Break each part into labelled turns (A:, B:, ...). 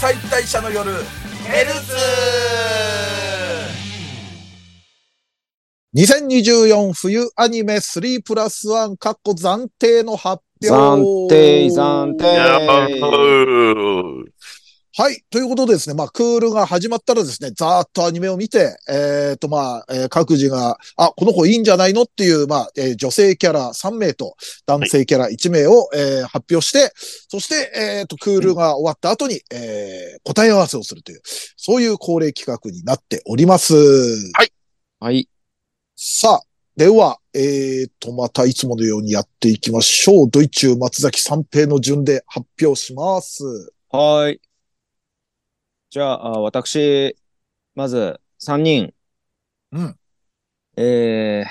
A: 解体者の夜ヘルツ
B: 2024冬アニメ3プラス1かっこ暫定の発表。
C: 暫定、暫定。
B: はい。ということでですね、まあ、クールが始まったらですね、ざーっとアニメを見て、えっ、と、まあ、えー各自が、あ、この子いいんじゃないのっていう、まあ、えー女性キャラ3名と男性キャラ1名を、えー発表して、そして、えっ、と、クールが終わった後に、えー答え合わせをするという、そういう恒例企画になっております。
C: はい。
B: さあ、では、えーと、またいつものようにやっていきましょう。ドイツ松崎三平の順で発表します。
C: はい。じゃあ、あ私、まず、3人。
B: うん。
C: えー、へ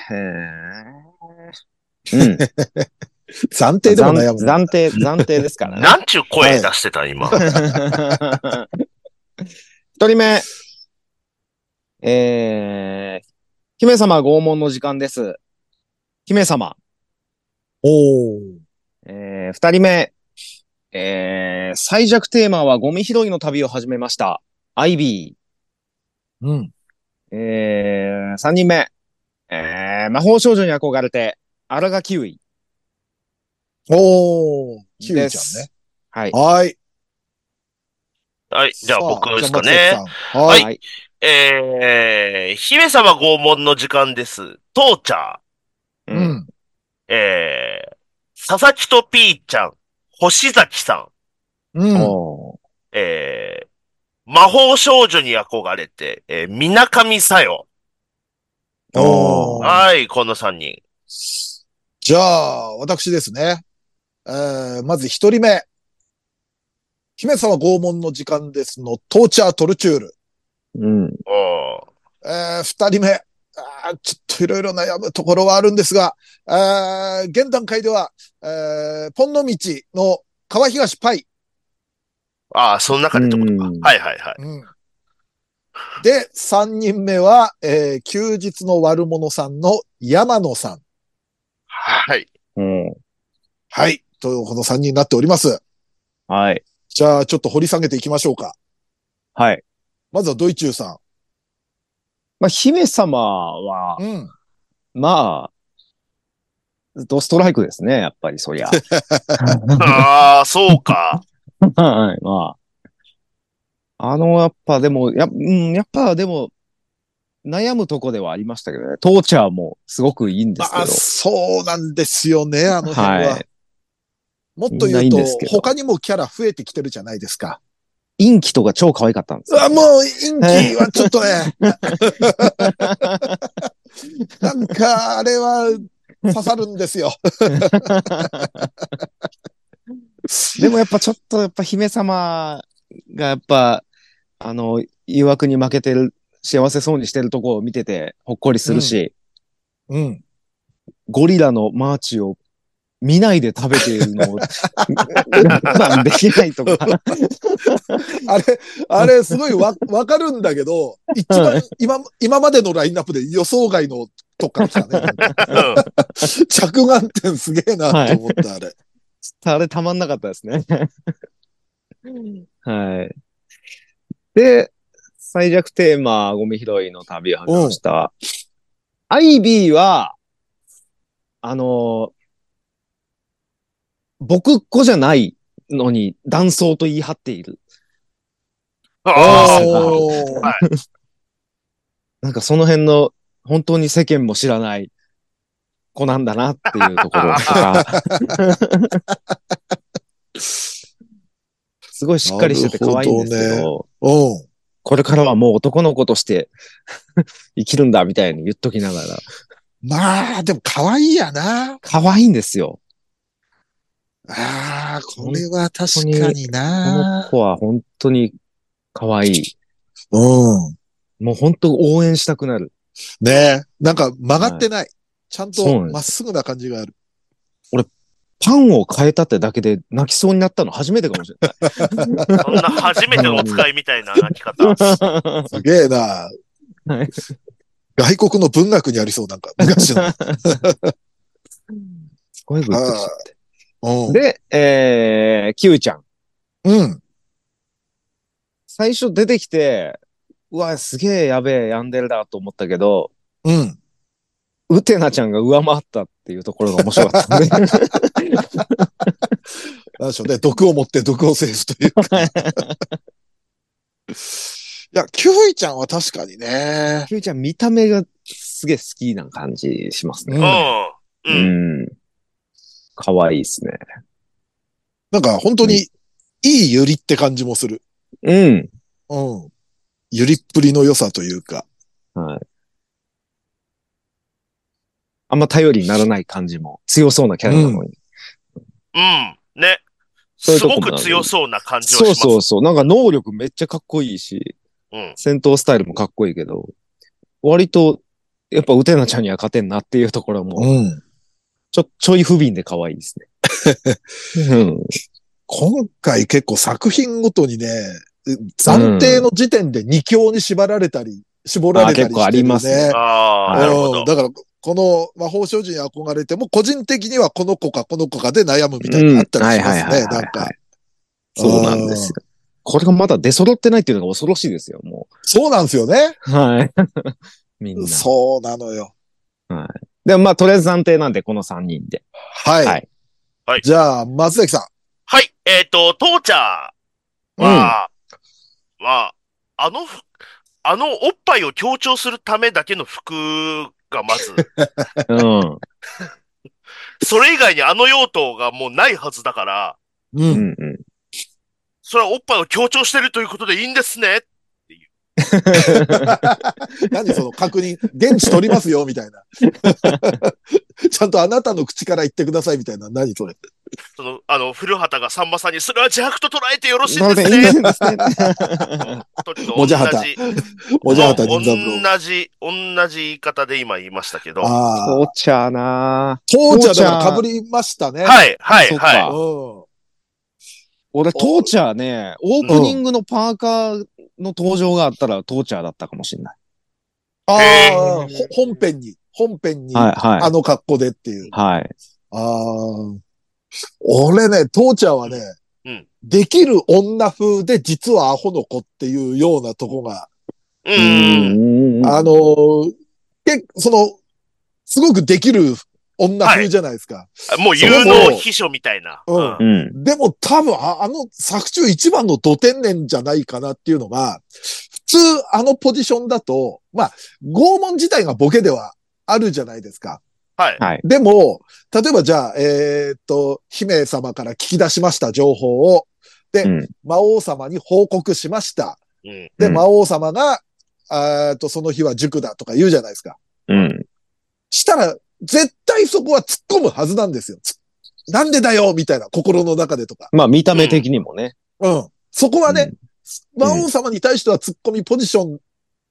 C: ーうん。
B: 暫定でも悩むな。
C: 暫暫定、暫定ですからね。
D: なんちゅう声出してた、今。
C: 一人目。えー、姫様拷問の時間です。姫様。
B: おー。
C: えー、二人目。えー、最弱テーマはゴミ拾いの旅を始めました。アイビ
B: うん。
C: ー。えー、三人目。えー、魔法少女に憧れて、アラガキウイ
B: おー。キウ
C: で
B: イちゃ
C: す。
B: んね。
C: はい。
B: はい。
D: はい、じゃあ僕ですか
B: じゃ
D: ね
B: あ。松崎さんは。
D: はいいえー、姫様拷問の時間です。トーチャー。
C: う。
B: うんん。
D: えー、佐々木とピーちゃん、星崎さん、
B: うん。
C: おー
D: えー、魔法少女に憧れて、えー、みなかみさよ。
B: おー。
D: はい、この三人。
B: じゃあ、私ですね。えー、まず一人目。姫様拷問の時間ですの、トーチャートルチュール。
C: うん。
D: おー
B: えー二人目。あーちょっといろいろ悩むところはあるんですが、えー現段階では、えーポンの道の川東パイ。
D: ああ、その中でってことか。
C: うん
D: はいはいはい。
B: うんで、三人目は、えー休日の悪者さんの山野さん。
D: はい。
C: うん。
B: はい。と、この三人になっております。
C: はい。
B: じゃあ、ちょっと掘り下げていきましょうか。
C: はい。
B: まずはドイチューさ
C: まあ、姫様は
B: ん。、うん。
C: まあ、ドストライクですね、やっぱり そりゃ。
D: ああ、そうか。
C: はい、まあ。あの、やっぱでも、や,、うん、やっぱでも、悩むとこではありましたけどね。トーチャーもすごくいいんで
B: ます
C: けど
B: あ、。そうなんですよね、あの辺は。
C: はい。
B: もっと言
C: みんないういん
B: と
C: ですけ、ど
B: 他にもキャラ増えてきてるじゃないですか。
C: インキとか超可愛かったんですよ
B: あ、もう、インキはちょっと ね、なんか、あれは刺さるんですよ。
C: でもやっぱちょっと、やっぱ姫様がやっぱ、あの、誘惑に負けてる、幸せそうにしてるとこを見てて、ほっこりするし、
B: うん。
C: ゴリラのマーチを見ないで食べているのを、まあ、できないとか。
B: あれ、あれ、すごいわ、わかるんだけど、一
C: は
B: 番、今、今までのラインナップで予想外のとこから来たね。
D: う ん
B: 着眼点すげえなと思った、あれ。
C: あれたまんなかったですね。はい。で、最弱テーマ、ゴミ拾いの旅を始めました。アイビーは、あの僕っ子じゃないのに、断層と言い張っている。
D: ああ、
B: おー
C: なんかその辺の、本当に世間も知らない子なんだなっていうと ころとか。すごいしっかりしてて可愛いんですけ
B: な
C: ど
B: るほうん。
C: これからはもう男の子として生きるんだみたいに言っときながら。
B: まあ、でも可愛いやな。
C: 可愛いんですよ。
B: ああ、これは確かに
C: この
B: な。
C: 子は本当に可愛い。
B: うん。
C: もう本当応援したくなる。
B: ねえ。なんか曲がってない。ちゃん
C: そう
B: と
C: なんです
B: まっすぐな感じがある。
C: パンを変えたってだけで泣きそうになったの初めてかもしれ
D: そんな初めてのお使いみたいな泣き 方。
C: ない。
B: すげえな。
C: はい
B: 外国の文学にありそう、なんか、昔 の。
C: すごいグッとしちゃ
B: う
C: っ
B: ん。
C: て。で、えー、キウイちゃん。
B: うん。
C: 最初出てきて、うわ、すげえやべえ、ヤンデルだと思ったけど、
B: うん。
C: ウテナちゃんが上回ったっていうところが面白 かったね。
B: なんでしょうね。毒を持って毒を制すという か。いや、キュウイちゃんは確かにね。
C: キュウちゃん見た目がすげえ好きな感じしますね。
B: うん
D: う。
C: う
D: う
C: ん
D: ん。
C: ん。かわいいですね。
B: なんか本当にいいユリって感じもする。
C: うん。
B: うん。ユリっぷりの良さというか。
C: はい。あんま頼りにならない感じも強そうなキャラな
D: う
C: のに。
D: ん。ね。
C: そうい
D: す
C: うとこ
D: ご
C: も
D: く強そうな感じはし
C: そ
D: ま
C: う
D: す。
C: そうそう。なんか能力めっちゃかっこいいし、
D: うん。
C: 戦闘スタイルもかっこいいけど、割と、やっぱウテナちゃんには勝てんなっていうところも、
B: うん。
C: ちょ、ちょい不憫で可愛いですね。うん。
B: 今回結構作品ごとにね、暫定の時点で2強に縛られたり、絞られたりしてる、ね。
C: あ結構ありますね
D: ああ、なるほ
B: うん
D: ど。
B: だから、この魔法少女に憧れても、個人的にはこの子かこの子かで悩むみたいなのあったりしますね。なんか。。
C: そうなんですよ。これがまだ出揃ってないっていうのが恐ろしいですよ、も
B: そうなんですよね。
C: う。 はい。みんな。
B: そうなのよ。
C: でもまあ、とりあえず暫定なんで、この3人 で。
B: はい。
C: はい
D: はい
B: じゃあ、松崎さ
D: はい。えっ、と、トーチャーは、
C: うん
D: は、あの服、あのおっぱいを強調するためだけの服がま ず、
C: うん。
D: それ以外にあの用途がもうないはずだから、
B: ん。う。
C: うんんうん。
D: それはおっぱいを強調してるということでいいんですね。
B: 何その確認、現地取りますよ、みたい な。ちゃんとあなたの口から言ってください、みたいな。何それ。
D: その、あの、古畑がさんまさんに、それは自白と捉えてよろしい
C: なの
D: んで
C: で、
D: す
C: いい
D: ね。
C: んですね。
D: と
B: もじゃはた
D: 同じ、
B: おじゃはた仁三郎。
D: 同じ、同じ言い方で今言いましたけど。は
B: ああ。
C: お茶なぁ
B: トーチャーだから被りましたね。
D: い、
B: い。
D: はい、は
C: そ
D: い。
C: っか
B: うん。
C: 俺、トーチャーね、オープニングのパーカーの登場があったら、トーチャーだったかもしれない。
B: あ
D: へ
B: あ、ほ本編に、本編に、
C: はい、は
B: あ
C: い。
B: の格好でっていう。
C: はい。
B: ああ。俺ね、父ちゃんはね、
D: うん
B: できる女風で実はアホの子っていうようなとこが、
D: う。
C: うんん
B: あのーけ、その、すごくできる女風じゃないですか。
D: もう有能秘書みたいな。
B: うん
C: う。ん。
B: でも多分あ、あの作中一番の土天然じゃないかなっていうのが、普通あのポジションだと、まあ、拷問自体がボケではあるじゃないですか。
D: はい。
C: はい。
B: でも、例えばじゃあ、えーっと、姫様から聞き出しました情報を。で、
C: うん
B: 魔王様に報告しました。
D: うん。
B: で、
C: うん
B: 魔王様が、えーっと、その日は塾だとか言うじゃないですか。
C: うん。
B: したら、絶対そこは突っ込むはずなんですよ。つなんでだよみたいな、心の中でとか。
C: まあ、見た目的にもね。
B: うん。そこはね、
C: ん
B: 魔王様に対しては突っ込みポジション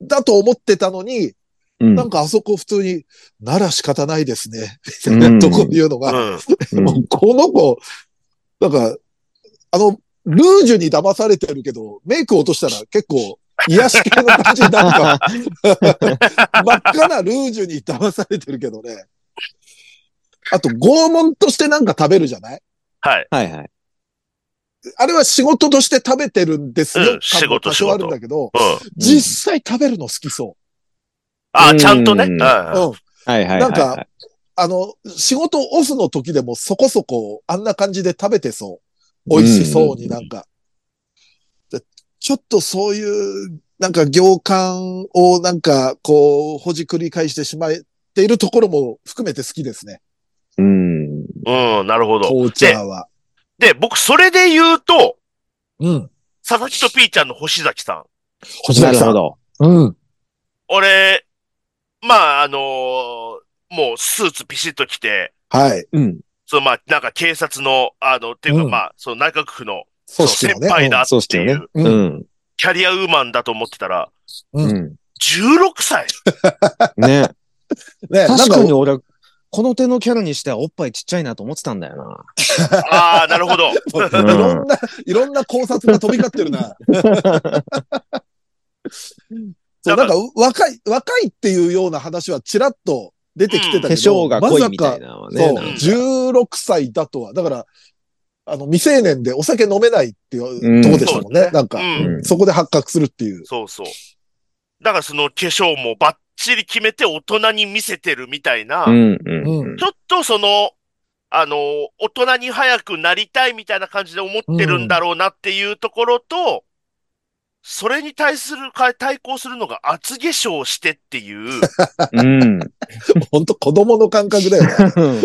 B: だと思ってたのに、
C: うん。
B: なんかあそこ普通に、なら仕方ないですね。みたい なとこいうのが、
D: うん。
C: うん
B: もうこの子、なんか、あの、ルージュに騙されてるけど、メイク落としたら結構、癒し系の感じになるから、真っ赤なルージュに騙されてるけどね。あと、拷問としてなんか食べるじゃない
D: はい。
C: はいはい。
B: あれは仕事として食べてるんですよ。
D: うん
B: 感も
D: 仕事
B: 多少あるんだけど、
D: うん。
B: 実際食べるの好きそ
D: あ、ちゃんとね。
C: う
D: うんん。
B: う。うん。
C: はいはいはい。
B: なんか、あの、仕事オフの時でもそこそこあんな感じで食べてそう。美味しそうになんか。でちょっとそういう、なんか行間をなんかこう、ほじくり返してしまっているところも含めて好きですね。
C: うん。
D: うん、なるほど。
B: 紅茶は。
D: で、僕、それで言うと、
B: うん。
D: 佐々木とピーちゃんの星崎さん。
B: 星
C: な
B: 崎
C: る
B: さ
C: ほ
B: ん。
C: ど。
B: うん。
D: 俺、まあ、あのーもうスーツピシッと着て、
B: はい。
C: うん。
D: そのまあ、なんか警察の、あの、っていうか、
B: うん
D: まあ、その内閣府の、そ
B: 組
D: の
B: 織
D: 先
B: のね。
D: 輩だっ
C: そうしてて
D: い
C: ね
D: う、。
B: うん
C: うん。
D: キャリアウーマンだと思ってたら、
C: うん。
D: 16歳
C: ね。
B: ね、なん
C: 確
B: か
C: かに俺、この手のキャラにしてはおっぱいちっちゃいなと思ってたんだよな。
D: ああ、なるほど。
B: いろんな、いろんな考察が飛び交って るな。そう、なんか若い、若いっていうような話はちらっと出てきて
D: だ
B: た
C: 化
B: けど、
C: 粧が濃いみたいなのはね。
B: そう、
C: なんか
B: 16歳だとは。だから、あの、未成年でお酒飲めないっていうとこでしたもんね。
D: うん
B: なんか
D: う、。
C: うんん。
B: そこで発覚するっていう。
D: そうそう。だからその化粧もバッチリ決めて大人に見せてるみたいな、
C: うん。うん。うん
D: ちょっとその、あの、大人に早くなりたいみたいな感じで思ってるんだろうなっていうところと、それに対するか、対抗するのが厚化粧してって いう、
C: うん。
B: ほんと子供の感覚だよ ね。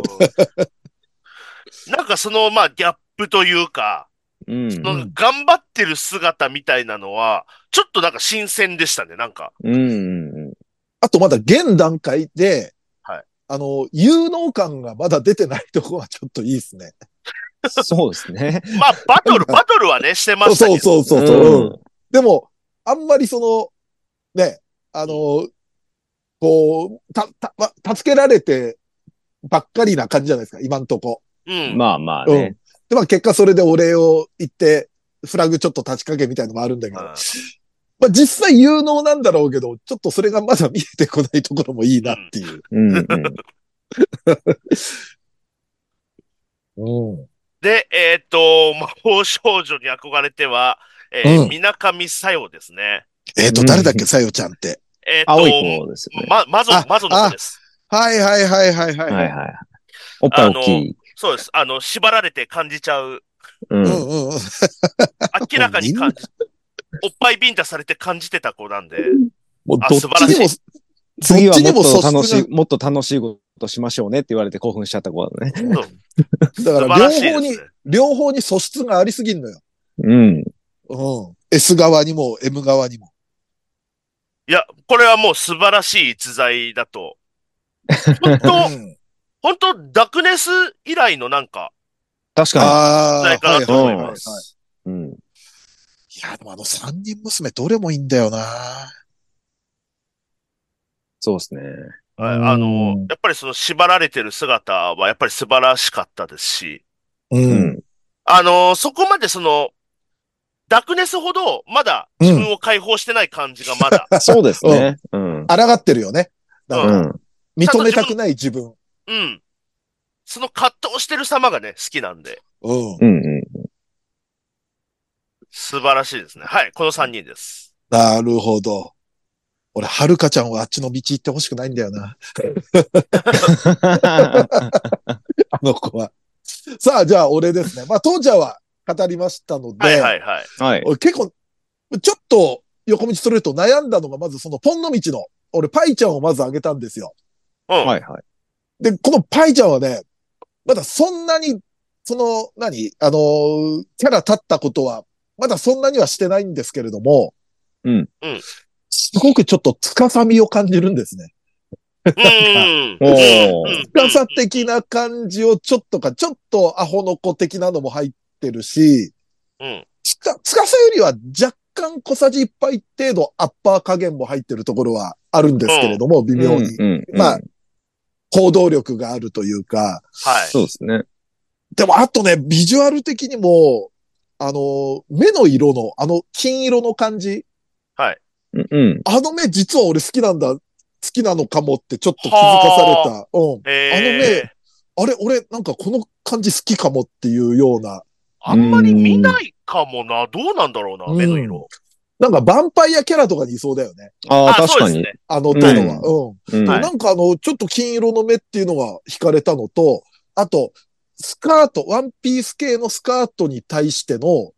D: なんかその、まあ、ギャップというか、
C: うん。
D: その頑張ってる姿みたいなのは、ちょっとなんか新鮮でしたね、なんか。
C: うん。
B: あとまだ現段階で、
D: はい
B: あの、有能感がまだ出てないとこはちょっといいですね。
C: そうですね。
D: まあ、バト ル、バトルはね、してましたけ
B: そ
D: ど
B: うそうそうそう、うんでも、あんまりその、ね、あの、こう、た、た、ま、助けられてばっかりな感じじゃないですか、今んとこ。
D: うん。
C: まあまあ
B: うん
C: ね。。
B: で、まあ結果それでお礼を言って、フラグちょっと立ちかけみたいのもあるんだけど、
D: うん
B: まあ実際有能なんだろうけど、ちょっとそれがまだ見えてこないところもいいなっていう。
C: うん。うん
B: うん。
D: で、えっ、と、魔法少女に憧れては、え
B: う
D: ー、
B: ん
D: みなかみさよですね。
B: えっ、と、誰だっけ、さよちゃんって。
D: えっ、
C: 青い
D: と、
C: 子ですよね。
D: ま、まぞ
B: あ、
D: まぞの子です。
B: はいはいはいはいはい。
C: はいはい。おっぱい大きい。
D: そうです。あの、縛られて感じちゃう。
C: う。
B: うんんうんうん。
D: 明らかに感じ、おっぱいビンタされて感じてた子なんで。
B: もう
D: あ
B: どっち
D: 素晴
B: に
D: ら
B: も
D: し、
C: 次はもっ
B: どっち
C: と
B: にも
C: 楽
B: 素
C: し
B: 質
C: い、もっと楽しいことしましょうねって言われて興奮しちゃった子だね。
D: そう
B: だ
D: 素晴
B: から
D: らしいで
B: 両
D: す
B: 方
D: ね
B: に、。両方に素質がありすぎんのよ。
C: うん。
B: うん。S 側にも M 側にも。
D: いや、これはもう素晴らしい逸材だと。本当、
B: うん
D: 本当ダクネス以来のなんか、
C: 確か
B: あ
D: ない
B: あ、は
D: か
B: い
D: な
B: はい
D: と思
B: はいい
D: ま
B: はい。
D: す。
C: に。うん。
B: いや、でもあの三人娘どれもいいんだよな。
C: そうですね。
D: はいあの、やっぱりその縛られてる姿はやっぱり素晴らしかったですし、
B: う。
C: うんん。
D: あのそこまでその、ダクネスほどまだ自分を解放してない感じがまだ、
C: そうですね。うん。
B: 抗ってるよね。
C: う
D: うん
C: ん。
B: 認めたくない自分。
D: うん。その葛藤してる様がね、好きなんで、
B: うん。
C: うん。う
D: 素晴らしいですね。はい、この3人です。
B: なるほど。俺、はるかちゃんはあっちの道行ってほしくないんだよな。
C: ん。
B: あの子は。さあ、じゃあ俺ですね。まあ、当時は語りましたので、
D: はいはいはい。
C: はい。
B: 俺結構、ちょっと横道それると悩んだのが、まずそのポンの道の、俺、パイちゃんをまずあげたんですよ。
D: うん。
C: はいはい。
B: で、このパイちゃんはね、まだそんなに、その、何あのー、キャラ立ったことは、まだそんなにはしてないんですけれども、
C: うん
D: うん
B: すごくちょっとつかさみを感じるんですね。
D: うん。
C: おー
D: うん
B: つかさ的な感じをちょっとか、ちょっとアホの子的なのも入ってるし、
D: うん。
B: つか、つかさよりは若干小さじ一杯程度アッパー加減も入ってるところはあるんですけれども、微妙に。
C: うん。
B: まあ、行動力があるというか、
D: はい。
C: そうですね。
B: でも、あとね、ビジュアル的にも、あの、目の色の、あの、金色の感じ。
C: うん。
B: あの目、実は俺好きなんだ、好きなのかもってちょっと気づかされた。うん。
D: え
B: あれ、俺、なんかこの感じ好きかもっていうような。
D: ー、あんまり見ないかもな。どうなんだろうな、目の色。
B: なんか、ヴァンパイアキャラとかにいそうだよね。
C: ああ、確
D: そう
C: か
D: です
C: に。
D: ね。
B: あの手のは。
C: う
B: うん。
C: うん
D: はい
B: なんかあの、ちょっと金色の目っていうのが惹かれたのと、あと、スカート、ワンピース系のスカートに対しての、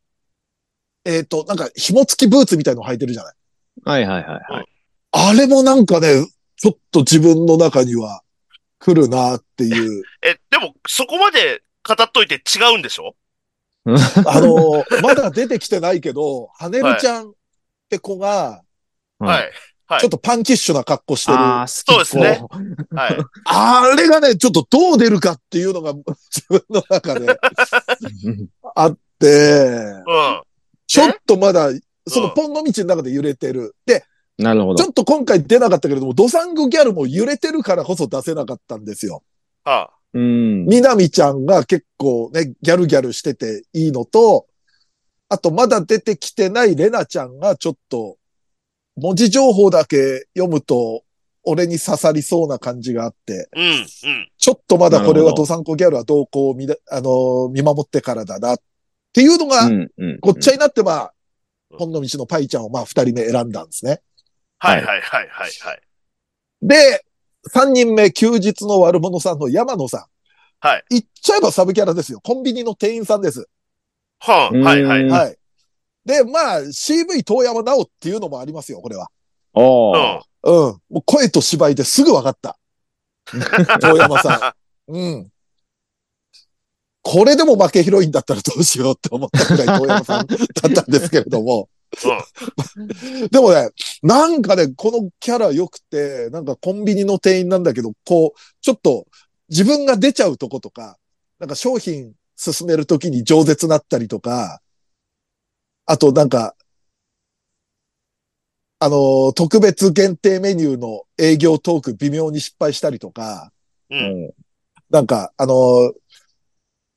B: えっ、と、なんか紐付きブーツみたいの履いてるじゃない
C: はいはいはいはい。
B: あれもなんかね、ちょっと自分の中には来るなっ ていう。
D: え、でも、そこまで語っといて違うんでしょ
B: あの、まだ出てきてないけど、はねるちゃんって子が、
D: は
C: はい
D: い。はい
B: ちょっとパンキッシュな格好してる。
C: ああ、
D: そう
C: 好
D: で
C: き
D: すね
C: こ。
D: はい。
B: あれがね、ちょっとどう出るかっていうのが 自分の中で
C: うん
B: あって、
D: うん。
B: ちょっとまだ、そうの
D: ん
B: ポンの道の中で揺れてる。で、
C: なるほ
B: ち
C: ど
B: ょ。っと今回出なかったけれども、ドサンゴギャルも揺れてるからこそ出せなかったんですよ。
D: は
C: うん。
B: みなみちゃんが結構ね、ギャルギャルしてていいのと、あとまだ出てきてないレナちゃんがちょっと、文字情報だけ読むと、俺に刺さりそうな感じがあって、
D: うん、うん。
B: ちょっとまだこれ
C: なる
B: は
C: ほど
B: ドサンコギャルは動向を見だ、あのー見守ってからだなっていうのが、
C: うんうん
B: ごっちゃになって、まあ、
D: うん
B: 本の道のパイちゃんをまあ二人目選んだんですね。
D: はい
C: は
D: はいはいはいはい。
B: で、三人目、休日の悪者さんの山野さん。
D: はい。
B: 言っちゃえばサブキャラですよ。コンビニの店員さんです。
D: はん、はいはい。
C: う
D: うんん、
B: はい。で、まあ、CV 遠山直っていうのもありますよ、これは。
C: おー
D: は
B: うん。もう声と芝居ですぐ分かった。遠山さん。
D: は
B: うん。これでも負けヒロインだったらどうしようって思ったくらい遠山さんだったんですけれども。でもね、なんかね、このキャラ良くて、なんかコンビニの店員なんだけど、こう、ちょっと自分が出ちゃうとことか、なんか商品進めるときに饒舌なったりとか、あとなんか、あのー特別限定メニューの営業トーク微妙に失敗したりとか、
D: うん、
B: なんか、あのー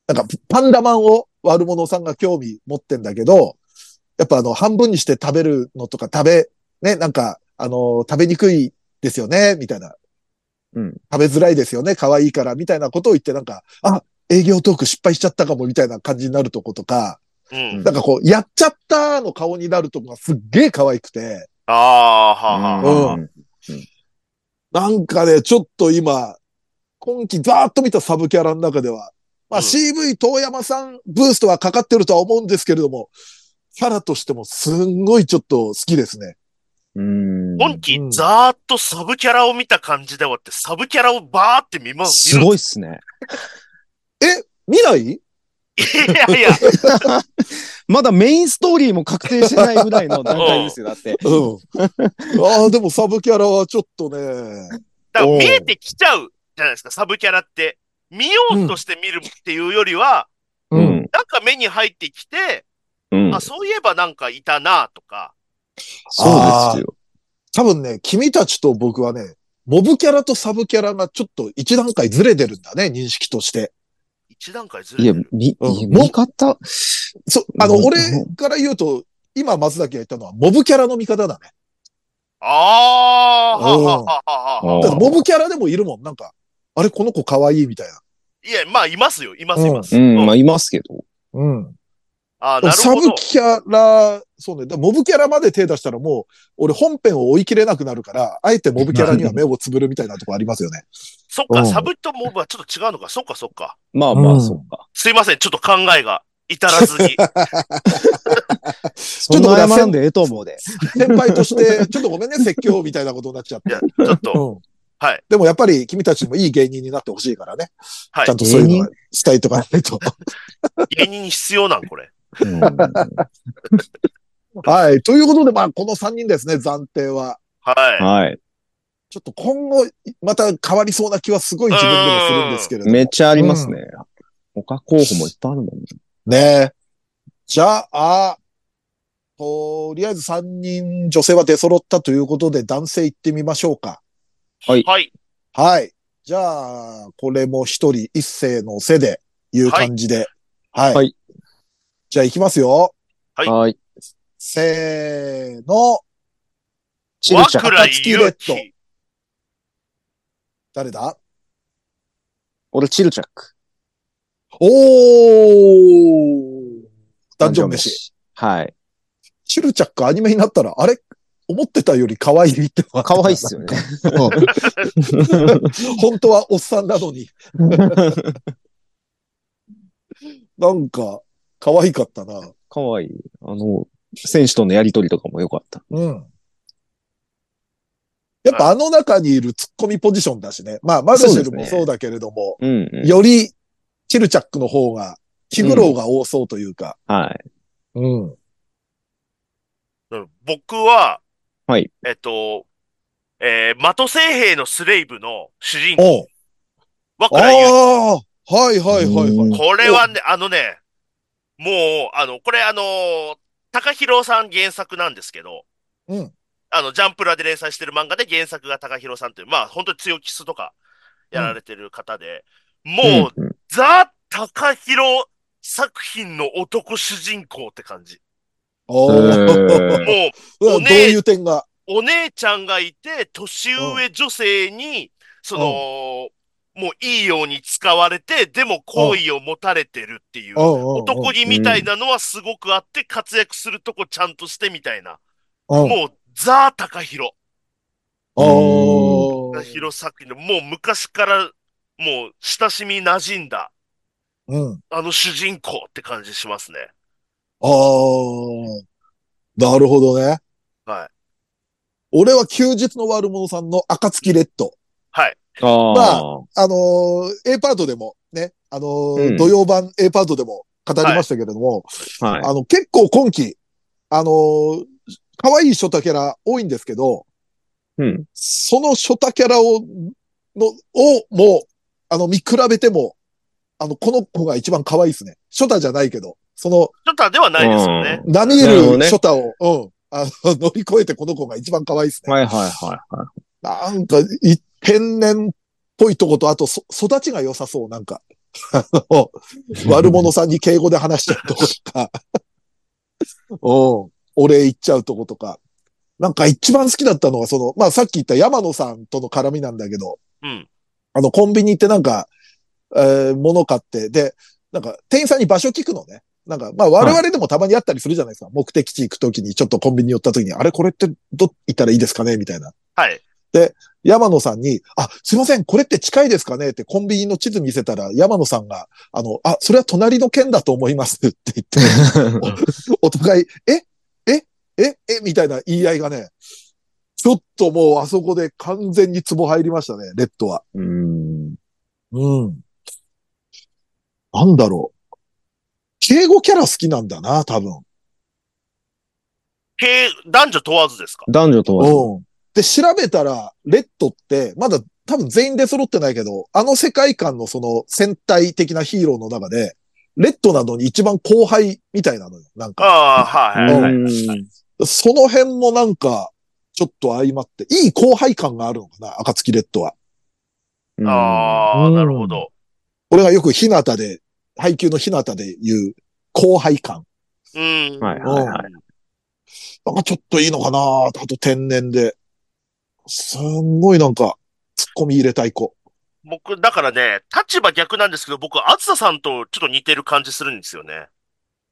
B: なんか、パンダマンを悪者さんが興味持ってんだけど、やっぱあの、半分にして食べるのとか食べ、ね、なんか、あのー食べにくいですよね、みたいな。
C: うん
B: 食べづらいですよね、可愛いから、みたいなことを言って、なんか、あ、営業トーク失敗しちゃったかも、みたいな感じになるとことか、
D: うん。
B: なんかこう、やっちゃったの顔になるとこがすっげえ可愛くて、
D: ああ、はあはあ。
B: うんなんかね、ちょっと今、今期ざーっと見たサブキャラの中では、まあ、
D: うん
B: CV 遠山さんブーストはかかってるとは思うんですけれども、キャラとしてもすんごいちょっと好きですね。
C: うん
D: 今期
B: うん
D: ざーっとサブキャラを見た感じではって、サブキャラをバーって見ま、
C: す
D: い。
C: ごいっすね。
B: 見ない
D: いやいや、
C: まだメインストーリーも確定してないぐらいの段階ですよ、だ って。
B: うん。ああ、でもサブキャラはちょっとね、
D: だから
B: おう
D: 見えてきちゃうじゃないですか、サブキャラって。見ようとして見るっていうよりは、
B: う。
D: なんか目に入ってきて、
C: うん
D: あ、そういえばなんかいたなとか。
C: そうですよ。
B: 多分ね、君たちと僕はね、モブキャラとサブキャラがちょっと一段階ずれてるんだね、認識として。
D: 一段階ず
C: い
D: れ
C: や、
D: てる。
C: み、
B: うん
C: 見方、
B: そう、あの、
C: うん
B: 俺から言うと、今松崎が言ったのは、モブキャラの見方だね。
D: ああ、はあ
B: うん
D: はあはあはあ。
B: だってモブキャラでもいるもん、なんか、あれ、この子可愛いみたいな。
D: いや、まあ、いますよ、います、います。
C: うん、
D: うん
C: まあ、いますけど。
B: うん。
D: あーなる
B: サ
D: ほ
B: ブ
D: ど。
B: キャラ、そうね、だからモブキャラまで手出したらもう、俺本編を追い切れなくなるから、あえてモブキャラには目をつぶるみたいなとこありますよ ね。
D: そっ
B: う
D: か、
B: ん
D: サブとモブはちょっと違うのか、そっか、そっか。
C: まあま
B: う
C: あ、
B: ん
C: そうか。
D: すいません、ちょっと考えが至らず に。
C: そんな謝らんでええと思うで。
B: 先輩として、ちょっとごめんね、説教みたいなことになっちゃって
D: い。や、ちょっと、
B: うん。
D: はい。
B: でもやっぱり君たちもいい芸人になってほしいからね。
D: はい
B: ちゃんとそういうのはしたいとか ないと。
D: 芸人に必要なん、これ。
C: うんは。
B: はい。ということで、まあ、この3人ですね、暫定は。
D: はい
B: ちょっと今後、また変わりそうな気はすごい自分でもするんですけれども。
C: めっちゃありますね。他候補もいっぱいあるもんね。
B: ねえ。じゃあ、とりあえず3人女性は出揃ったということで男性行ってみましょうか。
C: はい
D: い。はい。
B: はい。じゃあ、これも一人一世の背でいう感じで。はい。
C: はい
B: じゃあ行きますよ。
D: はい
C: はい。
B: せーの。
C: ちる
D: 和
C: ちゃん。
D: 倉
B: 暁レ
D: ゆ
B: ッド
D: き。
B: 誰だ
C: 俺、チルチャック。
B: おーダンジョン飯。。
C: はい。
B: チュルチャックアニメになったら、あれ思ってたより可愛いってのが
C: 可愛いっすよね。
B: 本当はおっさんなのに。 なんか、可愛かったな。
C: 可愛い。あの、選手とのやりとりとかも良かった。
B: うん。やっぱあの中にいるツッコミポジションだしね。まあ、マルシェルもそうだけれども、
C: うん、うん。
B: より、チルチャックの方が、気苦労が多そうというか。
C: はい。
B: うん。
D: 僕は、
C: はい。
D: えっと、えー、的聖兵のスレイブの主人公、
B: おう
D: 和倉ゆき。
B: ああはいはいはいはい。
D: これはね、あのね、もう、あの、これあのー、高弘さん原作なんですけど、
B: うん
D: あの、ジャンプラで連載してる漫画で原作が高弘さんという、まあ、本当に強キスとかやられてる方で、もう、
C: うん うん
D: ザ・高弘作品の男主人公って感じ。
B: お
C: へ
B: ー
C: ー
D: もう、
B: うわ
D: お
B: どう
D: 姉
B: いう点が。
D: お姉ちゃんがいて、年上女性に、その、もういいように使われて、でも好意を持たれてるっていう、男
B: 男
D: 気みたいなのはすごくあって、活躍するとこちゃんとしてみたいな。
B: も
D: もう、ザー高弘。
B: お
D: 高弘作品の、もう昔から、もう親しみ馴染んだ、
B: うん。
D: あの主人公って感じしますね。
B: あーなるほどね。
D: はい。
B: 俺は休日の悪者さんの暁レッド。
D: はい。
C: あ
B: あのー A パートでもね、あのー
C: うん
B: 土曜版 A パートでも語りましたけれども、
C: あ、はい。
B: あの、結構今期、あのー可愛いショタキャラ多いんですけど、
C: うん。
B: そのショタキャラを、の、を、もう、あの、見比べても、あの、この子が一番可愛いですね。ショタじゃないけど、その、
D: ちょっとではないですよね。
B: 波い
C: なるほど
B: る
C: ね
B: ショタを、うん、あの、乗り越えてこの子が一番可愛いですね。
C: はいはいはいはい。
B: なんか、い天然っぽいとこと、あと、そ、育ちが良さそう、なんか。あの悪者さんに敬語で話しちゃうとことか。うん。お礼言っちゃうとことか。なんか一番好きだったのは、その、まあさっき言った山野さんとの絡みなんだけど、
D: うん。
B: あの、コンビニ行ってなんか、えー物買って、で、なんか、店員さんに場所聞くのね。なんか、まあ、我々でもたまにあったりするじゃないですか。目的地行くときに、ちょっとコンビニ寄ったときに、あれ、これってど、行ったらいいですかねみたいな。
D: はい。
B: 山野さんに、あ、すいません、これって近いですかねってコンビニの地図見せたら、山野さんが、あの、あ、それは隣の県だと思いますって 言って、お互い、ええええみたいな言い合いがね、ちょっともうあそこで完全にツボ入りましたね、レッドは。
C: うん。
B: うん。なんだろう。敬語キャラ好きなんだな、多分。
D: 系、男女問わずですか
C: 男女とは。
B: うん。で、調べたら、レッドって、まだ多分全員で揃ってないけど、あの世界観のその戦隊的なヒーローの中で、レッドなどに一番後輩みたいなのよ。なんか、
D: ああ、はいはいはい。
B: その辺もなんか、ちょっと相まって、いい後輩感があるのかな、暁レッドは。
D: ああ、
B: うん
D: なるほど。
B: 俺がよく日向で、配給の日向で言う、後輩感。
D: うん。
C: はいはいはい。
B: なんかちょっといいのかなあと天然で。すんごいなんか、突っ込み入れたい子。
D: 僕、だからね、立場逆なんですけど、僕、あずささんとちょっと似てる感じするんですよね。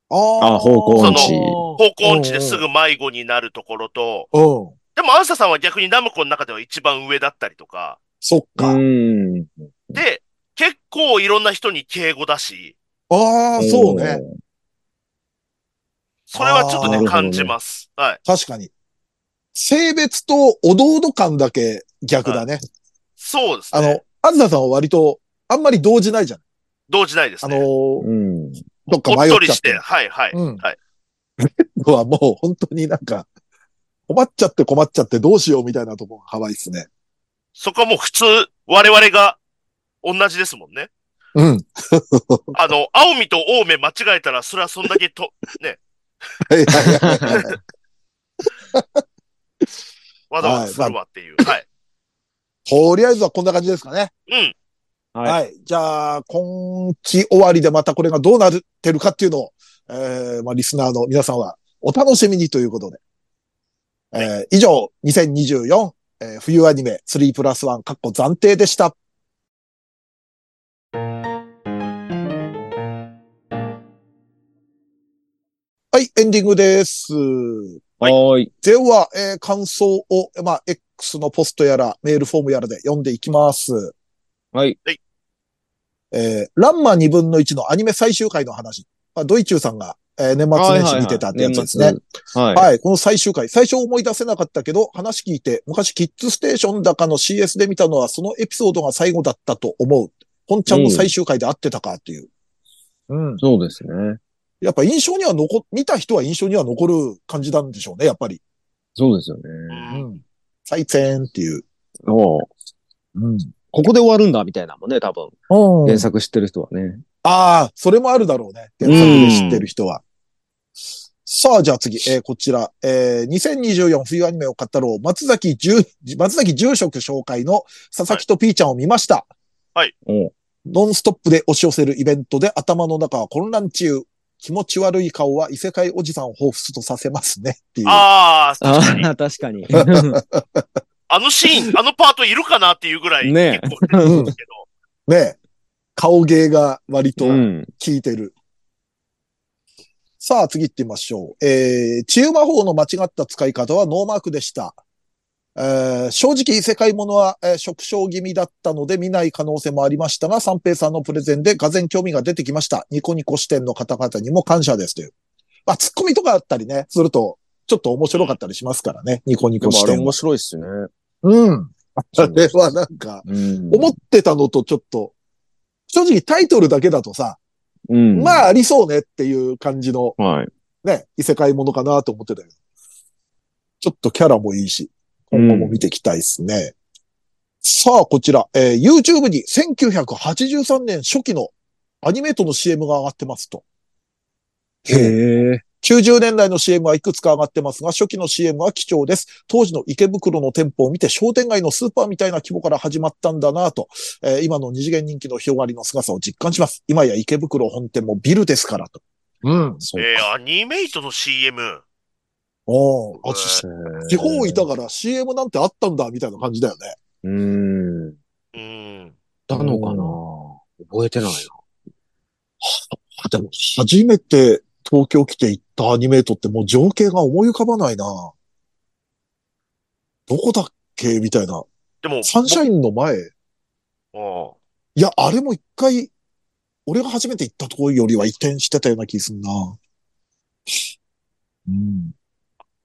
B: あー
C: あ方向
D: 音痴
B: そ
D: 方向音痴ですぐ迷子になるところと、
B: のうん。
D: でもあずささんは逆にナムコの中では一番上だったりとか、
B: そっか。
C: うん。
D: で、結構いろんな人に敬語だし、
B: ああ、そうね。。
D: それはちょっと
B: あ
D: ね、
B: ー
D: 感じます。はい。
B: 確かに。性別とおどおど感だけ逆だね。
D: そうです
B: あ
D: ね
B: の。、あずささんは割と、あんまり動じないじゃん。
D: 同時ないです
B: あ
D: ね。
B: のー、
C: うん。
B: どっか
D: おっ
B: 迷っ
D: とり
B: ちゃっ
D: してて、
B: る
D: はいはい。
B: うん
D: はい。
B: のはもう本当になんか、困っちゃって困っちゃってどうしようみたいなとこが可愛いですね。
D: そこはもう普通、我々が同じですもんね。
B: うん。
D: あの、青海と青梅間違えたら、それはそんだけ と、
B: はいはいはいはい。
D: わざわざするわっていう。はい。
B: とりあえずはこんな感じですかね。
D: うん。
C: はい
B: はい。じゃあ、今期終わりでまたこれがどうなってるかっていうのを、えー、まあ、リスナーの皆さんはお楽しみにということで。えー、以上、2024、えー冬アニメ3プラス1、かっこ暫定でした。はい、エンディングです。
C: はい。
B: では、えー感想を、まあ、X のポストやら、メールフォームやらで読んでいきます。
C: はい。
B: えーランマ2分の1のアニメ最終回の話。まあ、ドイチューさんが、えー年末年始見てたってやつですね。
C: はい。
B: はい、この最終回。最初思い出せなかったけど、話聞いて、昔キッズステーションだかの CS で見たのは、そのエピソードが最後だったと思う。本ちゃんの最終回で合ってたかっていう。うん。
C: そうですね。
B: やっぱ印象には残、見た人は印象には残る感じなんでしょうね、やっぱり。
C: そうですよね。
D: うん
B: 最前っていう。
C: お
B: うん。
C: ここで終わるんだ、みたいなもんね、多分。
B: うん
C: 原作知ってる人はね。
B: ああ、それもあるだろうね。原作で知ってる人は。さあ、じゃあ次、えーこちら、えー2024冬アニメを語ろう、松崎住、松崎住職紹介の佐々木とピーちゃんを見ました。
D: はい
C: おう
B: ノンストップで押し寄せるイベントで頭の中は混乱中。気持ち悪い顔は異世界おじさんを彷彿とさせますねっていう。
D: ああ、確かに。
C: ああ、確 かに。
D: あのシーン、あのパートいるかなっていうぐらい
C: ね
D: 結構出てるんですけど。
B: ね顔芸が割と
C: うん。
B: 効いてる。さあ、次行ってみましょう。えー、治癒魔法の間違った使い方はノーマークでした。えー正直異世界ものは、えー、触傷気味だったので見ない可能性もありましたが、三平さんのプレゼンで俄然興味が出てきました。ニコニコ視点の方々にも感謝ですという。まあ、ツッコミとかあったりね、すると、ちょっと面白かったりしますからね、ニコニ
C: で
B: コ
C: も
B: 視
C: あれ
B: 点
C: 面
B: は。
C: 白いっすね。
B: うん。あれはなんか、
C: うん
B: 思ってたのとちょっと、正直タイトルだけだとさ、
C: うん。
B: まあありそうねっていう感じの
C: あ。はい。
B: ね、異世界ものかなと思ってたけど。ちょっとキャラもいいし、今後も見ていきたいですね。さあ、こちら、えー YouTube に1983年初期のアニメートの CM が上がってますと。
C: へえ。
B: 90年代の CM はいくつか上がってますが、初期の CM は貴重です。当時の池袋の店舗を見て商店街のスーパーみたいな規模から始まったんだなぁと、えー今の二次元人気の広がりの姿を実感します。今や池袋本店もビルですからと。うん。そう
D: えー、アニメイトの CM。
B: おーあ
D: えー
B: 地方いたから CM なんてあったんだ、みたいな感じだよね。
C: うん。
D: うん。
C: だのかな覚えてない
B: あでも、初めて東京来て行ったアニメートってもう情景が思い浮かばないなどこだっけみたいな。
D: でも、
B: サンシャインの前。い
D: 僕うん
B: や、あれも一回、俺が初めて行ったところよりは移転してたような気すんなうん。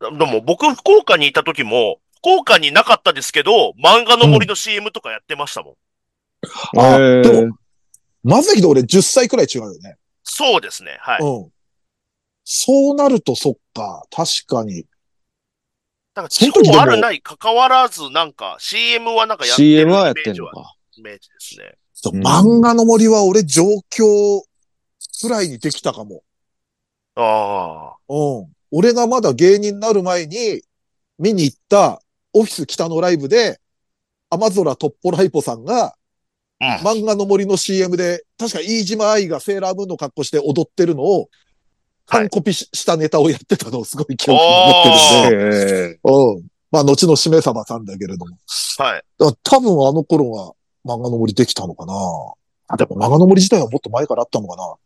D: でも僕、福岡にいた時も、福岡になかったですけど、漫画の森の CM とかやってましたもん。
B: あ
C: な。
B: でもまずひと俺10歳くらい違うよね。
D: そうですね。はい。
B: うん。そうなるとそっか。確かに。
D: だから
B: そ
D: 地
B: の時でも
D: 方あるない関わらず、なんか CM はなんかやってる
C: CM はやって
D: イメー
C: ん
D: ジ
C: の
D: は
C: か。
D: イメージですね。
B: そう
C: うん
B: 漫画の森は俺状況くらいにできたかも。
D: ああ。
B: うん。俺がまだ芸人になる前に見に行ったオフィス北のライブで、アマゾラトッポライポさんが
D: うん。
B: 漫画の森の CM で、確か飯島愛がセーラームーンの格好して踊ってるのを、
D: はい
B: 完コピししたネタをやってたのをすごい記憶に残ってるんで、
C: え。
B: うん。まあ、後のしめさばさんだけれども。
D: はい。
B: だから多分あの頃は漫画の森できたのかなあ、でも漫画の森自体はもっと前からあったのかなこ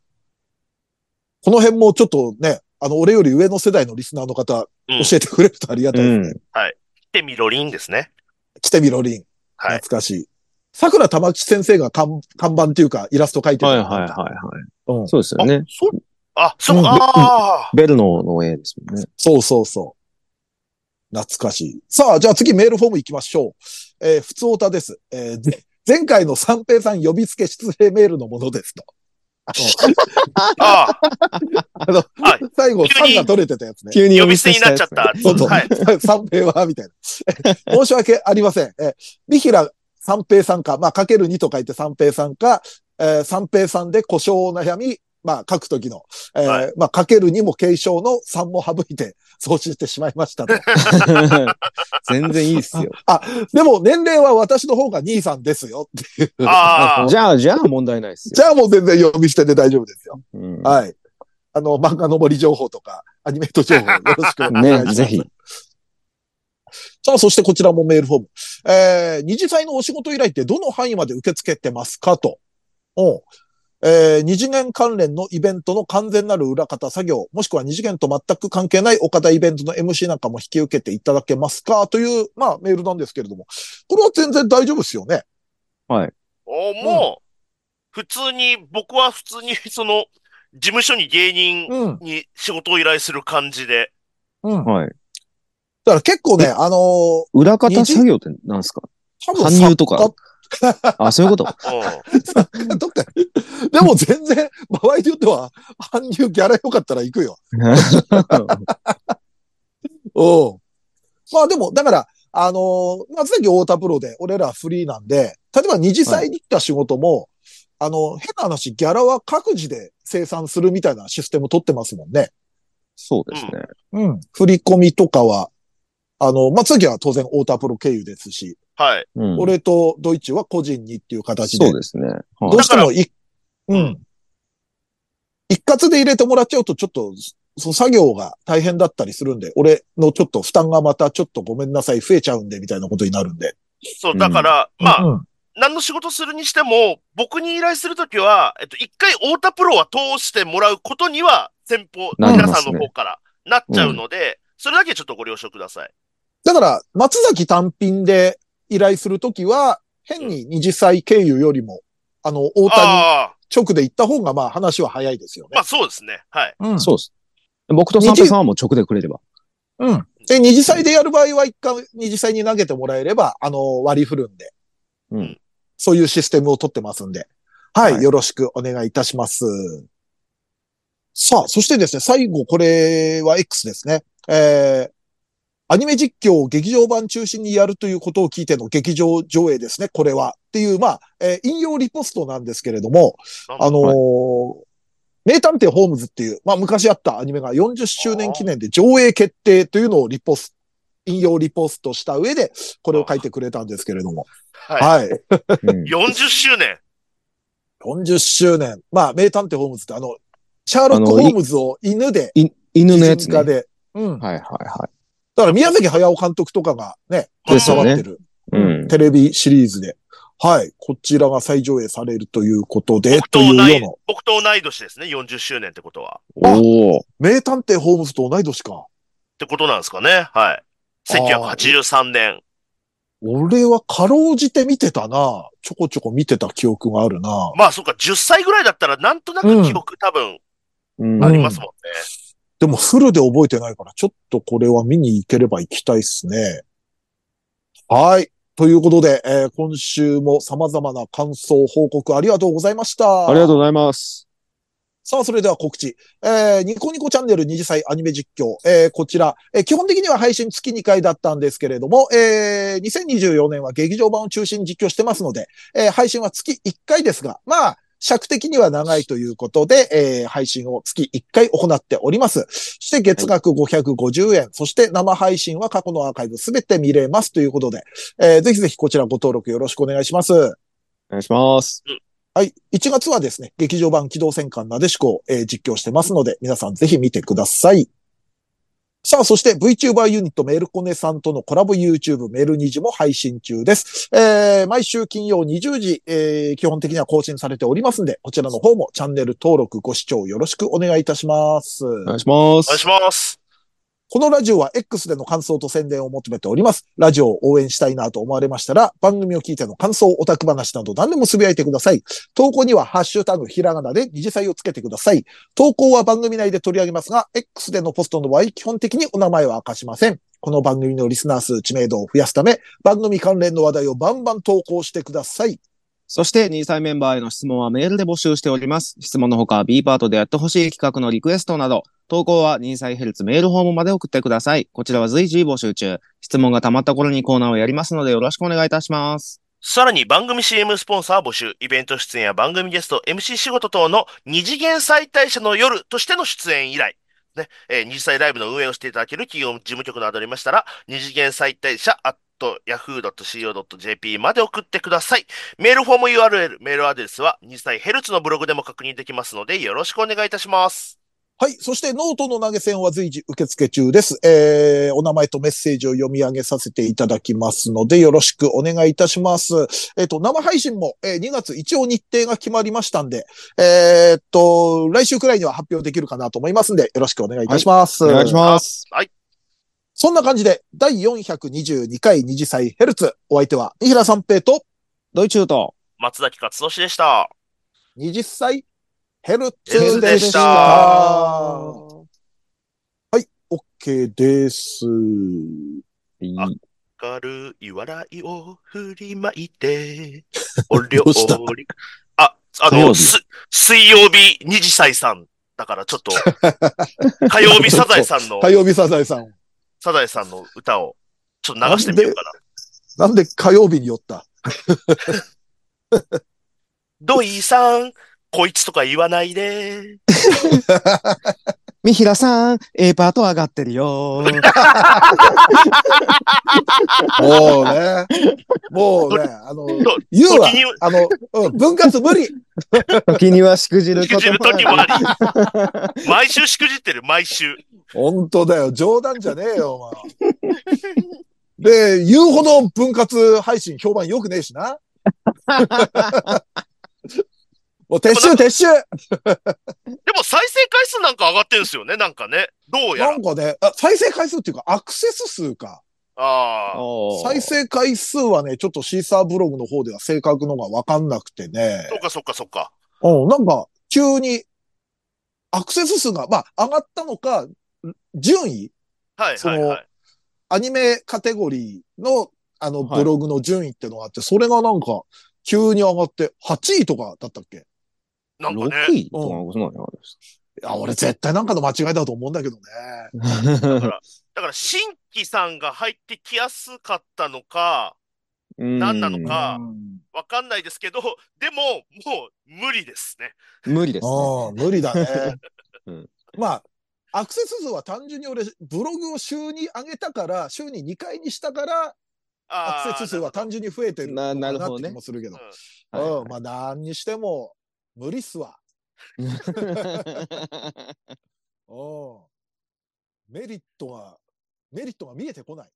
B: の辺もちょっとね、あの、俺より上の世代のリスナーの方、
D: うん
B: 教えてくれるとありがたいですね。
C: うん
D: 来てみろりんですね。
B: 来てみろりん。
D: はい
B: 懐かしい。桜玉木先生が看看板っていうかイラスト描いてる。
C: はいはいはいはい。
B: うん。
C: そうですよね。
D: そあ、そうう、
B: ん
D: ああ。
C: ベルのの絵ですもんね。
B: そうそうそう。懐かしい。さあ、じゃあ次メールフォーム行きましょう。えー、普通オタです。えーぜ前回の三平さん呼びつけ失礼メールのものですと。
D: ああ。
B: あの、
D: はい
B: 最後、
D: 急に
B: 3が取れてたやつね。
C: 急
D: 呼び捨てになっちゃった。
B: そうそう。
D: はい。
B: 三平は、みたいな。 申し訳ありません。え、三平三平さんか、まあ、かける2と書いて三平さんか、えー三平さんで故障を悩み、まあ、書くときの、えー
D: は
B: まあ、かける2も継承の3も省いて、送信してしまいましたと。
C: た。 全然いいっすよ。
B: でも、年齢は私の方が兄さんですよ。
D: ああ。
C: じゃあ、じゃあ問題ないっす
B: じ
C: よ。
B: ゃあもう全然読み捨てで大丈夫ですよ。
C: うん
B: はい。あの、漫画の森情報とか、アニメート 情報よろしくお願いしま
C: ね、
B: す。
C: ぜひ。
B: さあ、そしてこちらもメールフォーム。えー、二次祭のお仕事依頼ってどの範囲まで受け付けてますかと。うん。えー、二次元関連のイベントの完全なる裏方作業、もしくは二次元と全く関係ない岡田イベントの MC なんかも引き受けていただけますかという、まあ、メールなんですけれども。これは全然大丈夫ですよね。
D: おもう、普通に、僕は普通に、 その、事務所に芸人
B: うん。
D: に仕事を依頼する感じで。
B: うん。だか
C: はい。
B: ら結構ね、あのー
C: 裏方作業って何すか
B: 多分
C: 搬入とか。あ、そういう こと。
D: うん。
B: どっか、でも全然、場合によっては、搬入ギャラ良かったら行くよ。うん。まあでも、だから、あのーまあ、さっき太田プロで、俺らフリーなんで、例えば二次祭に行った仕事も、あの、変な話、ギャラは各自で生産するみたいなシステム取ってますもんね。
C: そうですね。
B: うん。振り込みとかは、あの、まあ、次は当然太田プロ経由ですし、
D: はい。
C: うん
B: 俺とドイツは個人にっていう形で、
C: そうですね。
B: ど
C: は
B: うしてもい、うん。一括で入れてもらっちゃうと、ちょっと、その作業が大変だったりするんで、俺のちょっと負担がまたちょっとごめんなさい、増えちゃうんで、みたいなことになるんで。
D: そう、だから、まあ、
B: うん
D: 何の仕事するにしても、僕に依頼するときは、えっと、一回太田プロは通してもらうことには、先方、
C: なり
D: 皆
C: ますね
D: さんの方からなっちゃうので、それだけちょっとご了承ください。
B: だから、松崎単品で依頼するときは、変に二次祭経由よりも、あの、大谷
D: ああ、
B: 直で行った方が、まあ話は早いですよね
D: まあ。そうですね。はい。
B: うん
C: そうです。僕と三平さんはもう直でくれれば。
B: うん。で、二次祭でやる場合は一回二次祭に投げてもらえれば、あの、割り振るんで。
C: うん
B: そういうシステムを取ってますんで。はい、
C: はい
B: よろしくお願いいたします。さあ、そしてですね、最後、これは X ですね。えー、アニメ実況を劇場版中心にやるということを聞いての劇場上映ですね、これは。っていう、まあ、えー引用リポストなんですけれども、
D: なんだ
B: あのー名探偵ホームズっていう、まあ昔あったアニメが40周年記念で上映決定というのをリポス、引用リポストした上で、これを書いてくれたんですけれども。
D: は
B: はい。
D: い。40周年。
B: 40周年。まあ名探偵ホームズってあの、シャーロック・ホームズを犬で、
C: い犬のやつ
B: 擬人
C: ね。
B: 化
C: はい
B: で。うん。だ
C: はいは
B: から宮崎駿監督とかがね、
C: ですよ
B: 触
C: ね
B: ってる
C: い。うん。
B: テレビシリーズで。はい。こちらが再上映されるということで、
D: 僕
B: と
D: と
B: いう
D: 同い
B: よ、
D: 僕と同い年ですね。40周年ってことは。
C: おお。
B: うな。名探偵ホームズと同い年か。
D: ってことなんですかね。はい。1983年。
B: 俺はかろうじて見てたな。ちょこちょこ見てた記憶があるな。
D: まあそうか、10歳ぐらいだったらなんとなく記憶多分
C: うん
D: ありますもんね。
B: でもフルで覚えてないから、ちょっとこれは見に行ければ行きたいっすね。はい。ということで、えー今週も様々な感想、報告ありがとうございました。
C: ありがとうございます。
B: さあ、それでは告知。えーニコニコチャンネル二次祭アニメ実況。えーこちら、えー基本的には配信月2回だったんですけれども、えー2024年は劇場版を中心に実況してますので、えー配信は月1回ですが、まあ、尺的には長いということで、えー配信を月1回行っております。そして月額550円、そして生配信は過去のアーカイブすべて見れますということで、えーぜひぜひこちらご登録よろしくお願いします。
C: お願いします。
B: はい。1月はですね、劇場版機動戦艦なでしこを、えー実況してますので、皆さんぜひ見てください。さあ、そして VTuber ユニットメルコネさんとのコラボ YouTube メル2時も配信中です。えー毎週金曜20時、えー基本的には更新されておりますんで、こちらの方もチャンネル登録、ご視聴よろしくお願いいたします。
C: お願いしま
D: お願いし
C: す。
D: ます。
B: このラジオは X での感想と宣伝を求めております。ラジオを応援したいなと思われましたら、番組を聞いての感想、オタク話など何でもつぶやいてください。投稿にはハッシュタグひらがなで二次祭をつけてください。投稿は番組内で取り上げますが、X でのポストの場合、基本的にお名前は明かしません。この番組のリスナー数、知名度を増やすため、番組関連の話題をバンバン投稿してください。
C: そして、2歳メンバーへの質問はメールで募集しております。質問のほか、B パートでやってほしい企画のリクエストなど、投稿は2歳ヘルツメールフォームまで送ってください。こちらは随時募集中。質問が溜まった頃にコーナーをやりますので、よろしくお願いいたします。
D: さらに番組 CM スポンサー募集、イベント出演や番組ゲスト、MC 仕事等の二次元再大社の夜としての出演以来、ね、えー二次祭ライブの運営をしていただける企業事務局などありましたら、二次元再大社 at yahoo.co.jp まで送ってください。メールフォーム URL、メールアドレスは二次祭ヘルツのブログでも確認できますので、よろしくお願いいたします。
B: はい。そしてノートの投げ銭は随時受付中です。えー、お名前とメッセージを読み上げさせていただきますので、よろしくお願いいたします。えっ、と、生配信も、えー2月一応日程が決まりましたんで、えーっと、来週くらいには発表できるかなと思いますんで、よろしくお願いいたします。
C: お願いします。
B: そんな感じで、第422回二次祭ヘルツ、お相手は、三平三平と
C: ドイチューと、
D: 松崎勝利でした。
B: 二次祭ヘ
D: ヘ
B: ル
D: ル
B: ツ
D: ツでした
B: はい、OK です。
D: あ軽い笑いを振りまい て、お料
B: どうした
D: 理。あ、あ
C: 火曜
D: の、
C: 日
D: す、水曜日二次祭さん。だからちょっ と、火曜日サザエさんの、
B: 火曜日サザエさん。
D: サザエさんの歌を、ちょっと流してみようかな。
B: なんで火曜日に寄った
D: ドイさん、こいつとか言わないで。
C: みひらさん、A パート上がってるよ。
B: もうね。もうね、あの、
D: と
B: 言うわ
D: 時に。
B: あの、うん分割無理。
C: 時にはしくじる
D: し
C: こ
D: くじ
C: と
D: る
C: も
D: 時もあり。毎週しくじってる、毎週。
B: 本当だよ。冗談じゃねえよ、お前。で、言うほど分割配信評判良くねえしな。もう撤収撤収
D: でも再生回数なんか上がってるんですよね、なんかね。どうや
B: な
D: ら
B: ん。かね、あ再生回数っていうかアクセス数か。
D: あ
C: おー
B: 再生回数はね、ちょっとシーサーブログの方では正確のがわかんなくてね
D: あ。。そっかそっかそっか。
B: うん、なんか、急に、アクセス数が、まあ、上がったのか、順位
D: はい
B: そ
D: はい
B: の
D: はい。
B: アニメカテゴリーの、あの、
C: はい
B: ブログの順位ってのがあって、それがなんか、急に上がって、8位とかだったっけ
D: なんか
C: 6
D: ね。
C: 位とか、そうなんじゃないです
B: いや、俺絶対なんかの間違いだと思うんだけどね。
D: だか
C: か。
D: ら、だから新規さんが入ってきやすかったのか、
C: 何
D: 何なのかあ
B: うん
D: わかんないですけど、でも、もう無理ですね。
C: 無理ですね。。
B: ああ、無理だね
C: うん
B: まあ、アクセス数は単純に俺、ブログを週に上げたから、週に2回にしたから、
D: あ
B: ア
D: ー
B: クセス数は単純に増えてるのか
C: ななる
B: な
C: ほ
B: っ
C: ど
B: て
C: ね
B: 気もするけど。
C: はいは
B: うん、まあ、何にしても、無理っすわ。
C: い
B: うん。メリットが、メリットが見えてこない。